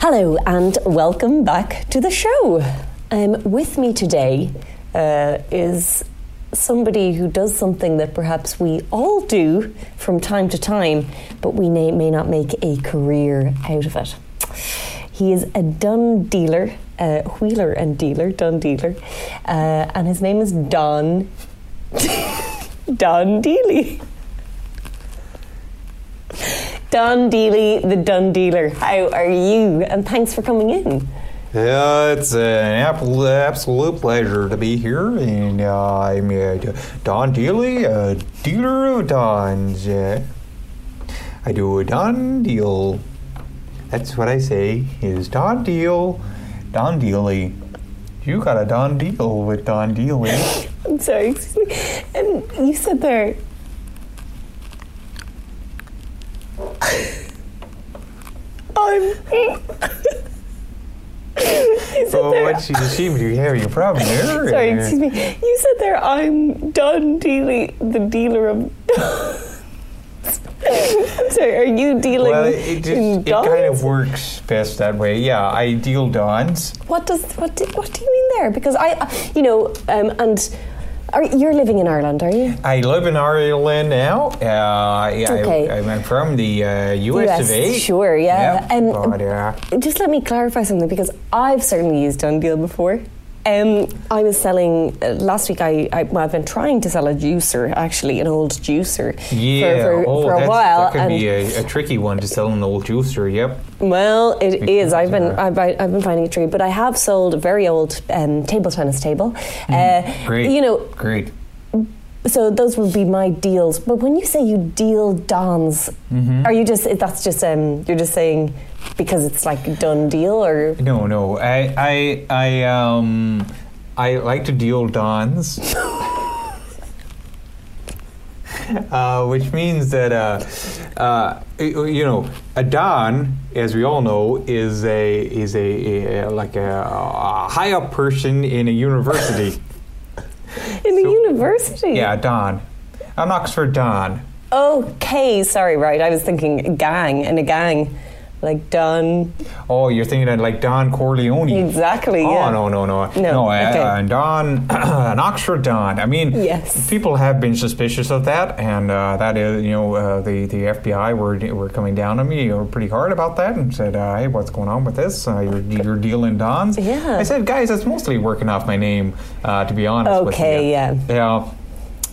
Hello, and welcome back to the show. Um, with me today uh, is somebody who does something that perhaps we all do from time to time, but we may, may not make a career out of it. He is a Dun dealer, uh, wheeler and dealer, Dun dealer, uh, and his name is Don. Don Dealey. Don Dealey, the Dun dealer. How are you? And thanks for coming in. Yeah, it's an apple, absolute pleasure to be here, and uh, I'm uh, Don Dealey, a dealer of dons. Uh, I do a don deal. That's what I say is don deal, don dealy. You got a don deal with Don Dealey. I'm sorry, excuse me. And you said there. I'm. you said Well, there. what she seems you have your problem there. Sorry, uh, excuse me. You said there. I'm Don Dealey, the dealer of. I'm sorry. Are you dealing Well, it, just, in it kind dogs? of works best that way. Yeah, I deal dons. What does what do, what do you mean there? Because I, I- you know, um, and are, you're living in Ireland, are you? I live in Ireland now. Uh, yeah, Okay. I, I'm from the uh, US, of A. Sure, yeah. And Um, but, uh, Just let me clarify something because I've certainly used Done Deal before. Um, I was selling uh, last week. I, I well, I've been trying to sell a juicer, actually, an old juicer, yeah, for, for, oh, for a that's- while. that could and be a, a tricky one to sell in the old juicer. Yep. Well, it is. I've been yeah. I've, I've been finding it tricky, but I have sold a very old um, table tennis table. Uh, Mm, Great. You know, Great. so those would be my deals. But when you say you deal dons, Mm-hmm. are you just that's just um, you're just saying because it's like done deal or No, no. I, I, I, um, I like to deal dons. Uh, which means that, uh, uh, you know, a don, as we all know, is a is a, a like a, a high up person in a university. in a So- university? yeah, a don. An Oxford don. Okay, sorry, right. I was thinking gang and a gang, like done Oh, you're thinking of like Don Corleone. exactly. Oh yeah. no no no No, a- okay. a Don, an Oxford Don. I mean, Yes. people have been suspicious of that, and uh, that is, you know, uh, the the FBI were were coming down on me you know, pretty hard about that, and said, uh, "Hey, what's going on with this? Uh, you're you're dealing Dons." Yeah. I said, "Guys, that's mostly working off my name, uh, to be honest." with Okay, you." yeah. Yeah.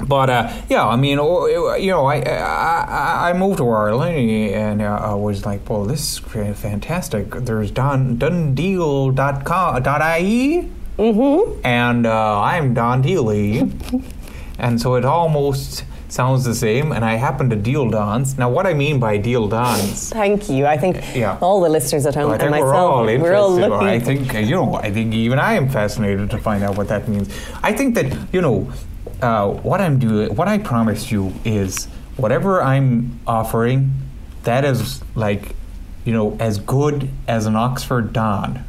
But uh, yeah, I mean, o- you know, I I, I moved to Ireland and uh, I was like, well, this is great, fantastic. There's Don Dundeal.com dot ie, mm-hmm. and uh, I'm Don Dealey, and so it almost sounds the same. And I happen to deal dons. Now, what I mean by deal dons. Thank you. I think Yeah. all the listeners at home I think and we're myself, all interested. we're all or looking. I think uh, you know. I think even I am fascinated to find out what that means. I think that you know uh, what I'm doing. What I promised you is whatever I'm offering, that is like you know as good as an Oxford Don.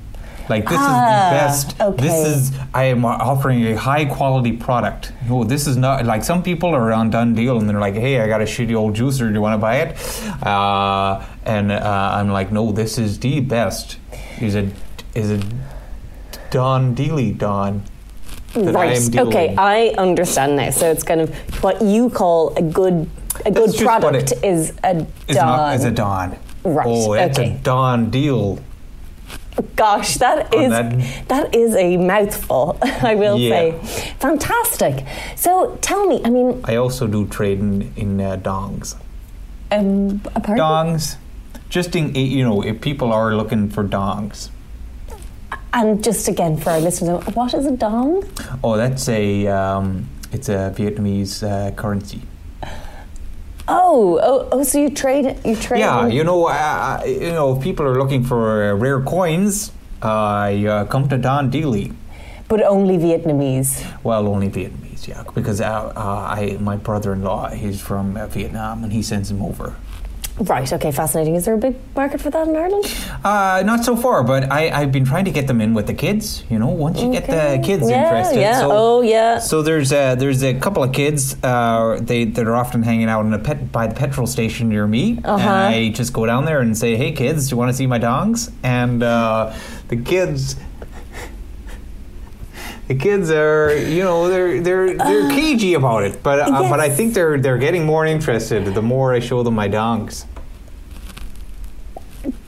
Like this Ah, is the best. This okay. is I am offering a high quality product. No, this is not like some people are on done deal and they're like, "Hey, I got a shitty old juicer. Do you want to buy it?" Uh, and uh, I'm like, "No, this is the best. Is it is it Don Dealey Don?" that I am Right. dealing okay, uh, with. I understand now. So it's kind of what you call a good a good just what product it- is a It's don. not is a Don. Right, Oh, it's okay. a Don deal. Gosh, that On is Oh, that- that is a mouthful. I will Yeah. say, fantastic. So tell me, I mean, I also do trading in uh, dongs. um, a pardon? Dongs. Just in you know, if people are looking for dongs. and just again for our listeners, what is a dong? Oh, that's a um, it's a Vietnamese uh, currency. Oh, oh, oh. So you trade, you trade. Yeah, in- you know, uh, you know, if people are looking for uh, rare coins, uh, you, uh, come to Don Dealey. but only Vietnamese. Well, only Vietnamese, yeah, because uh, uh, I my brother-in-law he's from uh, Vietnam and he sends them over. Right, okay, fascinating. Is there a big market for that in Ireland? Uh, not so far, but I, I've been trying to get them in with the kids. You know, once you get Okay. the kids Yeah, interested. yeah. So, Oh, yeah. So there's a, there's a couple of kids uh, they that are often hanging out in a pet by the petrol station near me, Uh-huh. and I just go down there and say, "Hey, kids, do you want to see my dongs?" And uh, the kids. The kids are, you know, they're they're they're cagey about it, but uh, but I yes. think they're they're getting more interested the more I show them my dongs.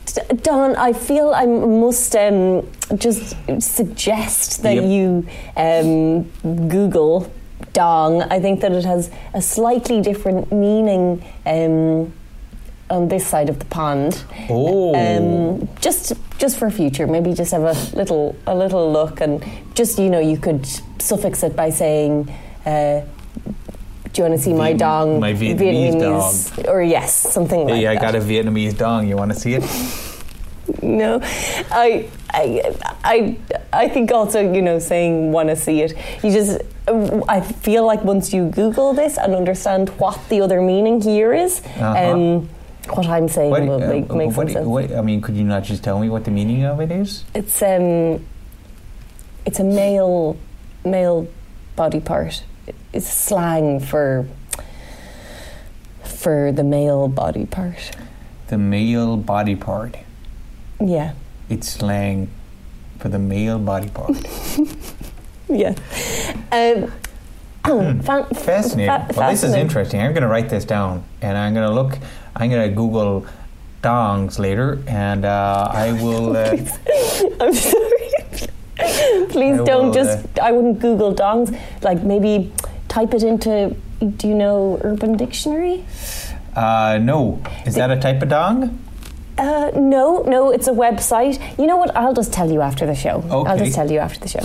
D- Don, I feel I must um, just suggest that Yep. you um, Google dong. I think that it has a slightly different meaning um, on this side of the pond. Oh, Um, just just for future, maybe just have a little a little look and just you know you could suffix it by saying. Uh, do you want to see my Vietnam- dong? my Vietnamese dong. Or yes, something like hey, I that. got a Vietnamese dong. You want to see it? No, I, I, I, I think also you know saying want to see it. You just, I feel like once you Google this and understand what the other meaning here is, Uh-huh. um, what I'm saying What, will uh, make, make some what, sense. what- I mean, could you not just tell me what the meaning of it is? It's um, it's a male, male body part. It's slang for. For the male body part, The male body part. yeah, It's slang for the male body part. yeah. Um, fan- fa- Fascinating. well, this is fascinating. interesting. I'm going to write this down, and I'm going to look. I'm going to Google dongs later, and uh, I will. Uh, I'm sorry. Please I don't will, just. I wouldn't Google dongs. Like maybe type it into. Do you know Urban Dictionary? uh, no, is that a type of dong? Uh, no, no, it's a website. You know what? I'll just tell you after the show. I'll Okay. just tell you after the show.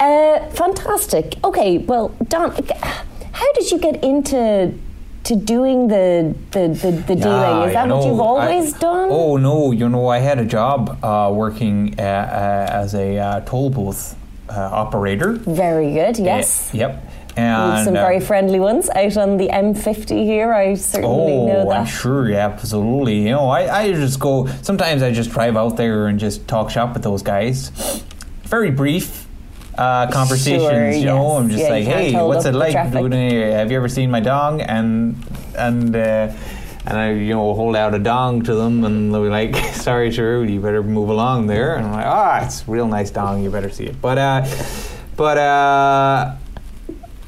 Uh, fantastic. Okay, well, Don, how did you get into to doing the the the, the dealing? Ah, Is that you what know, you've always I- done? Oh no, you know I had a job uh, working uh, uh, as a uh, toll booth uh, operator. Very good. Yes. Uh, yep. And We've some uh, very friendly ones out on the M50 here. I certainly know Oh, that. I'm sure, yeah, absolutely. You know, I, I just go, sometimes I just drive out there and just talk shop with those guys. Very brief uh, conversations, Sure, you know. yes. I'm just Yeah, you like, can't hey, hold what's up it the like? traffic." doing it? Have you ever seen my dong? And, and, uh, and I, you know, hold out a dong to them, and they'll be like, "Sorry, sir, you better move along there." And I'm like, "Ah, it's a real nice dong. You better see it." But, uh, but uh,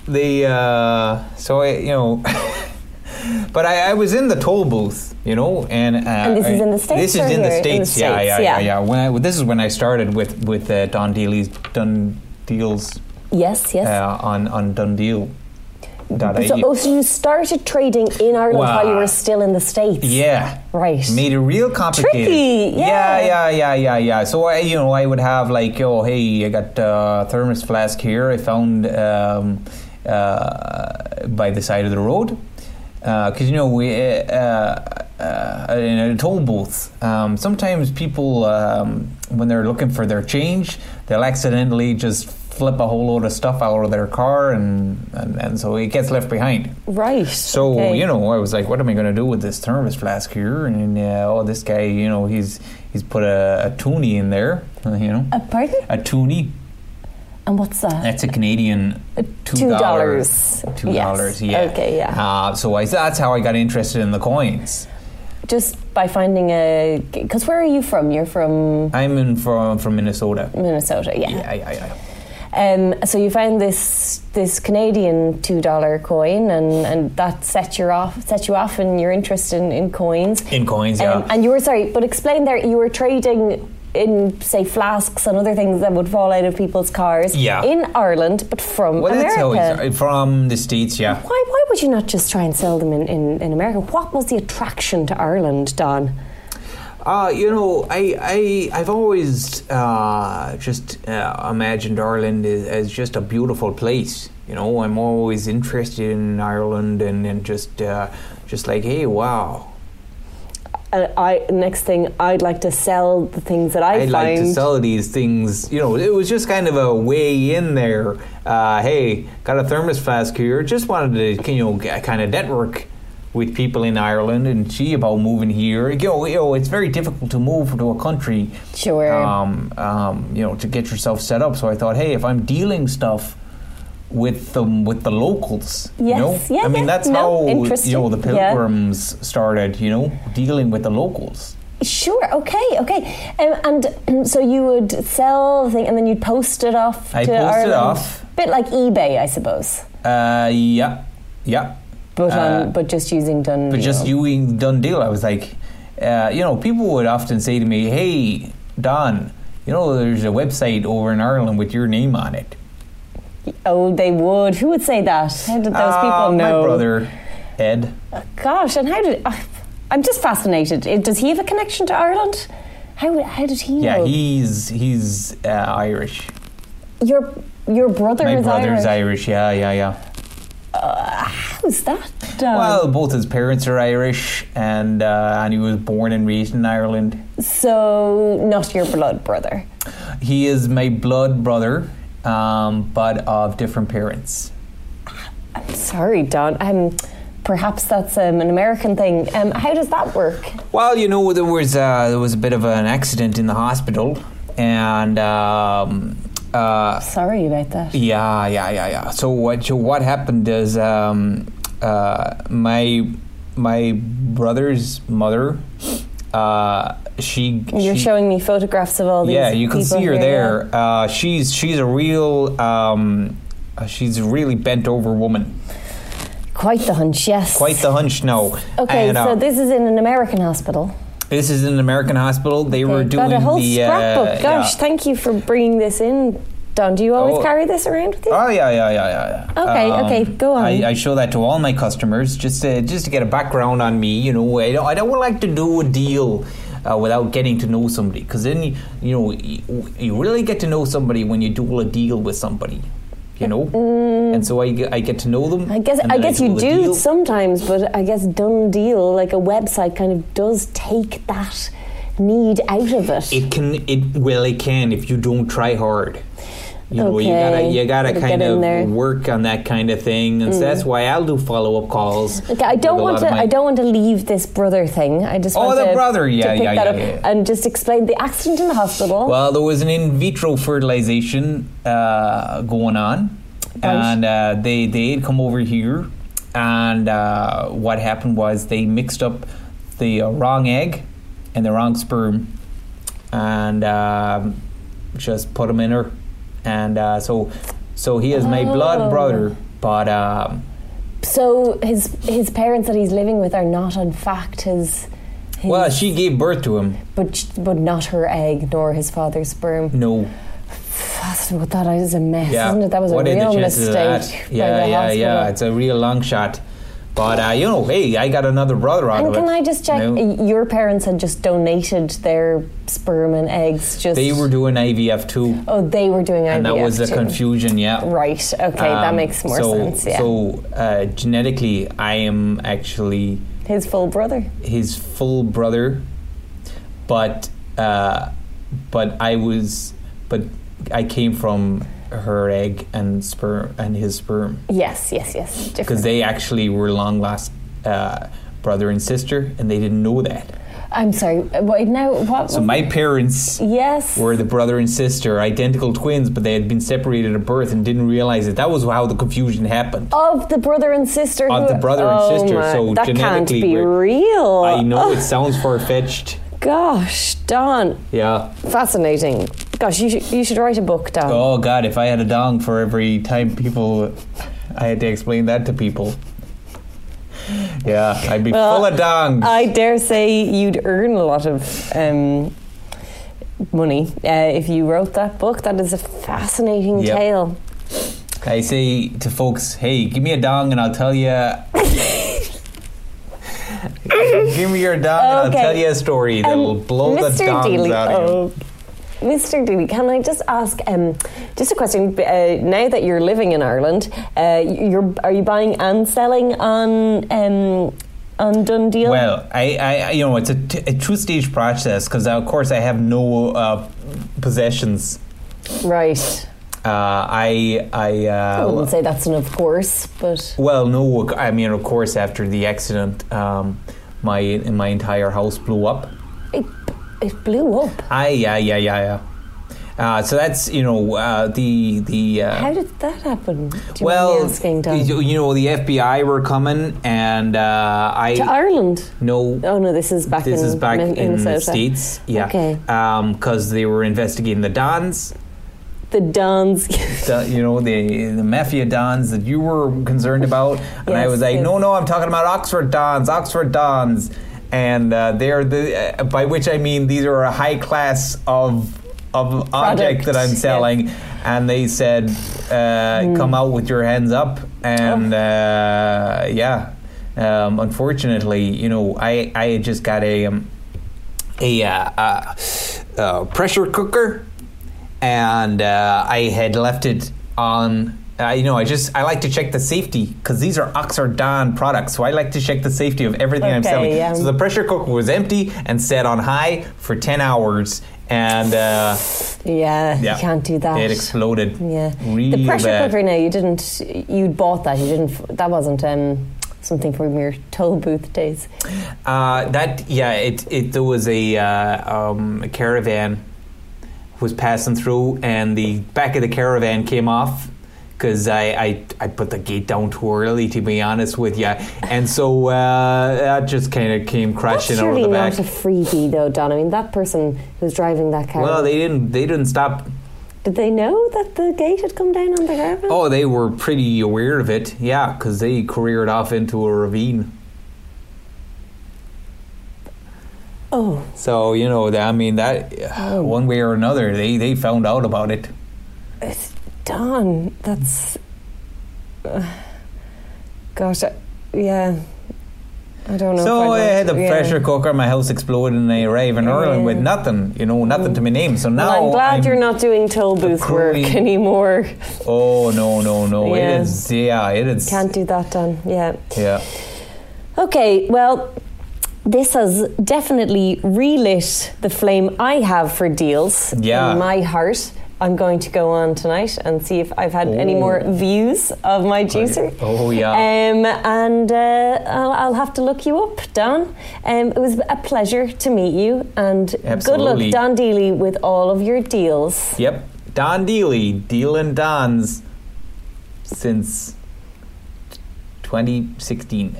the uh, so I, you know, but I, I was in the toll booth, you know, and uh, And this is in the States This is or in here? the In the states, yeah, States, yeah, yeah. yeah, yeah. When I, this is when I started with with uh, Don Dealey's Dun Deals Yes, yes. uh, on on Dun Deal. E. so, oh, so you started trading in Ireland Wow. while you were still in the States? yeah, Right. Made it real complicated. Tricky, yeah. yeah, yeah, yeah, yeah, yeah. So I, you know, I would have like, oh, hey, I got uh, thermos flask here. I found um, uh, by the side of the road because you know we uh, uh, uh, in a toll booth. Um, sometimes people, um, when they're looking for their change, they'll accidentally just flip a whole load of stuff out of their car, and and, and so it gets left behind. Right. So you know, I was like, "What am I going to do with this thermos flask here?" And uh, oh, this guy, you know, he's he's put a, a toonie in there, uh, you know, Uh, pardon? a toonie. And what's that? That's a Canadian two $2. Two dollars, Uh, Yes. yeah. Okay, yeah. Uh, so I, that's how I got interested in the coins. Just by finding a. Because where are you from? You're from I'm in from from Minnesota. Minnesota, yeah. Yeah, yeah, yeah. Um, so you found this this Canadian two dollar coin, and, and that set you off set you off in your interest in, in coins. In coins, yeah. Um, and you were sorry, but explain there. You were trading in say flasks and other things that would fall out of people's cars. Yeah. In Ireland, but from well, that's America. how it's from the states, yeah. why, why would you not just try and sell them in, in, in America? What was the attraction to Ireland, Don? Uh, you know, I, I, I've always uh, just uh, imagined Ireland as, as just a beautiful place. You know, I'm always interested in Ireland and, and just, uh, just like, hey, wow. Uh, I next thing I'd like to sell the things that I find. I'd like to sell these things. You know, it was just kind of a way in there. Uh, hey, got a thermos flask here. Just wanted to, you know, kind of network. with people in Ireland and see about moving here. You know, you know, it's very difficult to move to a country. Sure. Um, um, you know, to get yourself set up. So I thought, hey, if I'm dealing stuff with the with the locals, you Yes, know, yeah, I mean yeah. that's No, how interesting. you know the Yeah. pilgrims started. You know, dealing with the locals. Sure. Okay. Okay. Um, and so you would sell the thing, and then you'd post it off. I to post it Ireland. off. Bit like eBay, I suppose, Uh, yeah, yeah. but Uh, um, but just using done. But just you being done deal, I was like, uh, you know, people would often say to me, "Hey, Don, you know, there's a website over in Ireland with your name on it." Oh, they would. Who would say that? How did those Uh, people know? My brother, Ed. Gosh, and how did? I I'm just fascinated. Uh, Does he have a connection to Ireland? How how did he? Yeah, know? he's he's uh, Irish. Your your brother My is brother's Irish. Irish. Yeah, yeah, yeah. How's that? done? Well, both his parents are Irish, and uh, and he was born and raised in Ireland. so not your blood brother. He is my blood brother, um, but of different parents. Sorry, Don. Um, perhaps that's um, an American thing. Um, how does that work? Well, you know, there was uh, there was a bit of an accident in the hospital, and um, uh, Sorry about that. yeah, yeah, yeah, yeah. So what so what happened is um, uh, my my brother's mother, uh, she You're she, showing me photographs of all these. yeah, you can people see her here. there. Uh, she's she's a real um, uh, she's a really bent over woman. Quite the hunch, yes. Quite the hunch now. Okay, And, uh, so this is in an American hospital. this is an American hospital. They were Okay, doing got a whole the scrapbook. Uh, Gosh, yeah. thank you for bringing this in, Don. Do you always Oh. carry this around with you? Oh yeah, yeah, yeah, yeah. yeah. Okay, okay, go on. I, I show that to all my customers just to, just to get a background on me. You know, I don't I don't like to do a deal uh, without getting to know somebody because then you, you know you, you really get to know somebody when you do a deal with somebody. You know, and so I, get- I get to know them. Mm. I guess and I then guess you a do deal. sometimes, but I guess done deal like a website kind of does take that need out of it. It can it well it can if you don't try hard. You know, you gotta Okay. you gotta Gotta kind get in there. Mm. of work on that kind of thing, and so that's why I'll do follow up calls. Okay, I with don't a want lot of to. my- I don't want to leave this brother thing. I just Oh, want the to, brother, to yeah, pick yeah, that yeah, up yeah, yeah. and just explain the accident in the hospital. Well, there was an in vitro fertilization uh, going on, and uh, they they had come over here, and uh, what happened was they mixed up the uh, wrong egg and the wrong sperm, and um, just put them in her, and uh, so so he is my Oh. blood brother, but. Um, so his his parents that he's living with are not, in fact, his. his well, she gave birth to him. but but not her egg nor his father's sperm. No, That's what that is a mess, Yeah. isn't it? That was What a are the real chances mistake. of that? by Yeah, the yeah, yeah. hospital. It's a real long shot. But uh, you know, hey, I got another brother out And of it. can I just check? you know? y- Your parents had just donated their sperm and eggs. Just They were doing IVF too, oh, they were doing IVF. and that was the too. confusion. Yeah. Right. Okay, that Um, makes more so, sense. Yeah. So uh, genetically, I am actually His full brother. his full brother, but uh, but I was but I came from her egg and sperm and his sperm. Yes, yes, yes. because Different. they actually were long lost uh, brother and sister, and they didn't know that. I'm sorry. uh, Wait, now what? So my parents yes. were the brother and sister, identical twins, but they had been separated at birth and didn't realize it. That was how the confusion happened. of the brother and sister. Of who- the brother and Oh sister, my- so that can't genetically be we're- real. I know it sounds far fetched. Gosh, Don, Yeah. fascinating. Gosh, you should you should write a book, Don. Oh God, if I had a dong for every time people, I had to explain that to people. Yeah, I'd be Well, full of dongs. I dare say you'd earn a lot of um, money uh, if you wrote that book. That is a fascinating Yep. tale. I say to folks, hey, give me a dong and I'll tell you. give me your dong and Okay. I'll tell you a story that Um, will blow the dongs Dealey, out of you. oh, Mr. Dealey, can I just ask um, just a question? b- Uh, now that you're living in Ireland, uh, you're are you buying and selling on um, on Done Deal? Well, I, I, I- you know, it's a, t- a two stage process because, of course, I have no uh, possessions. Uh, right. I I I uh, wouldn't say that's an of course, but well no I mean of course after the accident um, my my entire house blew up. it, it blew up. Aye, yeah, yeah, yeah, yeah. Uh, so that's you know uh, the the. Uh, How did that happen? Do you mind well, me asking, Dan? you you know the FBI were coming, and uh, to I Ireland? no. Oh no, this is back This in is back Min- in Minnesota. the states, yeah, Okay. because they were investigating the Dons, The Dons. the, you know, the the mafia Dons that you were concerned about, and I Yes, was like, yes. no, no, I'm talking about Oxford Dons, Oxford Dons, and uh, they're the uh, by which I mean these are a high class of of Product, object that I'm yes. Hmm. selling, and they said, uh, come out with your hands up, and Oh. uh, yeah, um, unfortunately, you know, I I had just got a. Um, a uh, uh, uh, pressure cooker, and uh, I had left it on. Uh, you know, I just I like to check the safety because these are Oxardon products, so I like to check the safety of everything I'm Okay, selling. yeah. So the pressure cooker was empty and set on high for ten hours, and uh, yeah, yeah, you can't do that. It exploded. yeah, real the pressure bad. cooker. Now you didn't. You bought that. You didn't. f- That wasn't um, something from your toll booth days. Uh, that yeah, it it there was a, uh, um, a caravan was passing through, and the back of the caravan came off because I, I I put the gate down too early, to be honest with you, and so uh, that just kind of came That's crashing over surely the not back. a freebie, though, Don. I mean, that person who's driving that car. Well, they didn't they didn't stop. did they know that the gate had come down on the caravan? Oh, they were pretty aware of it, yeah, because they careered off into a ravine. oh. So you know, I mean that one way or another, they they found out about it. It's done. That's. uh, gosh, I, yeah. I don't know. if So I I'd had want a to- yeah. pressure cooker, my house exploded, and I arrived in Yeah. Ireland with nothing, you know, nothing to my name. So now Well, I'm glad you're not doing toll booth accruing- work anymore. Oh no, no, no! Yeah. It is, yeah, it is. Can't do that, Don. Yeah. yeah, Okay, well, this has definitely relit the flame I have for deals Yeah. in my heart. I'm going to go on tonight and see if I've had any Oh. more views of my juicer. Oh, yeah. Um, and uh, I'll, I'll have to look you up, Don. Um, it was a pleasure to meet you, and Absolutely. good luck, Don Deely, with all of your deals. yep. Don Dealey, dealing Dons since 2016.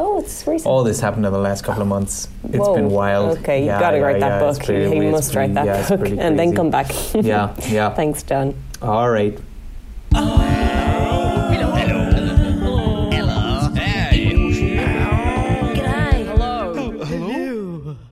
Oh, it's recent. All this happened in the last couple of months. It's Whoa. been wild. Okay, you've Yeah, got to yeah, write that yeah, it's book. pretty- you it's must write pretty- that yeah, it's book pretty and then crazy. come back. yeah, yeah. Thanks, Don. All right.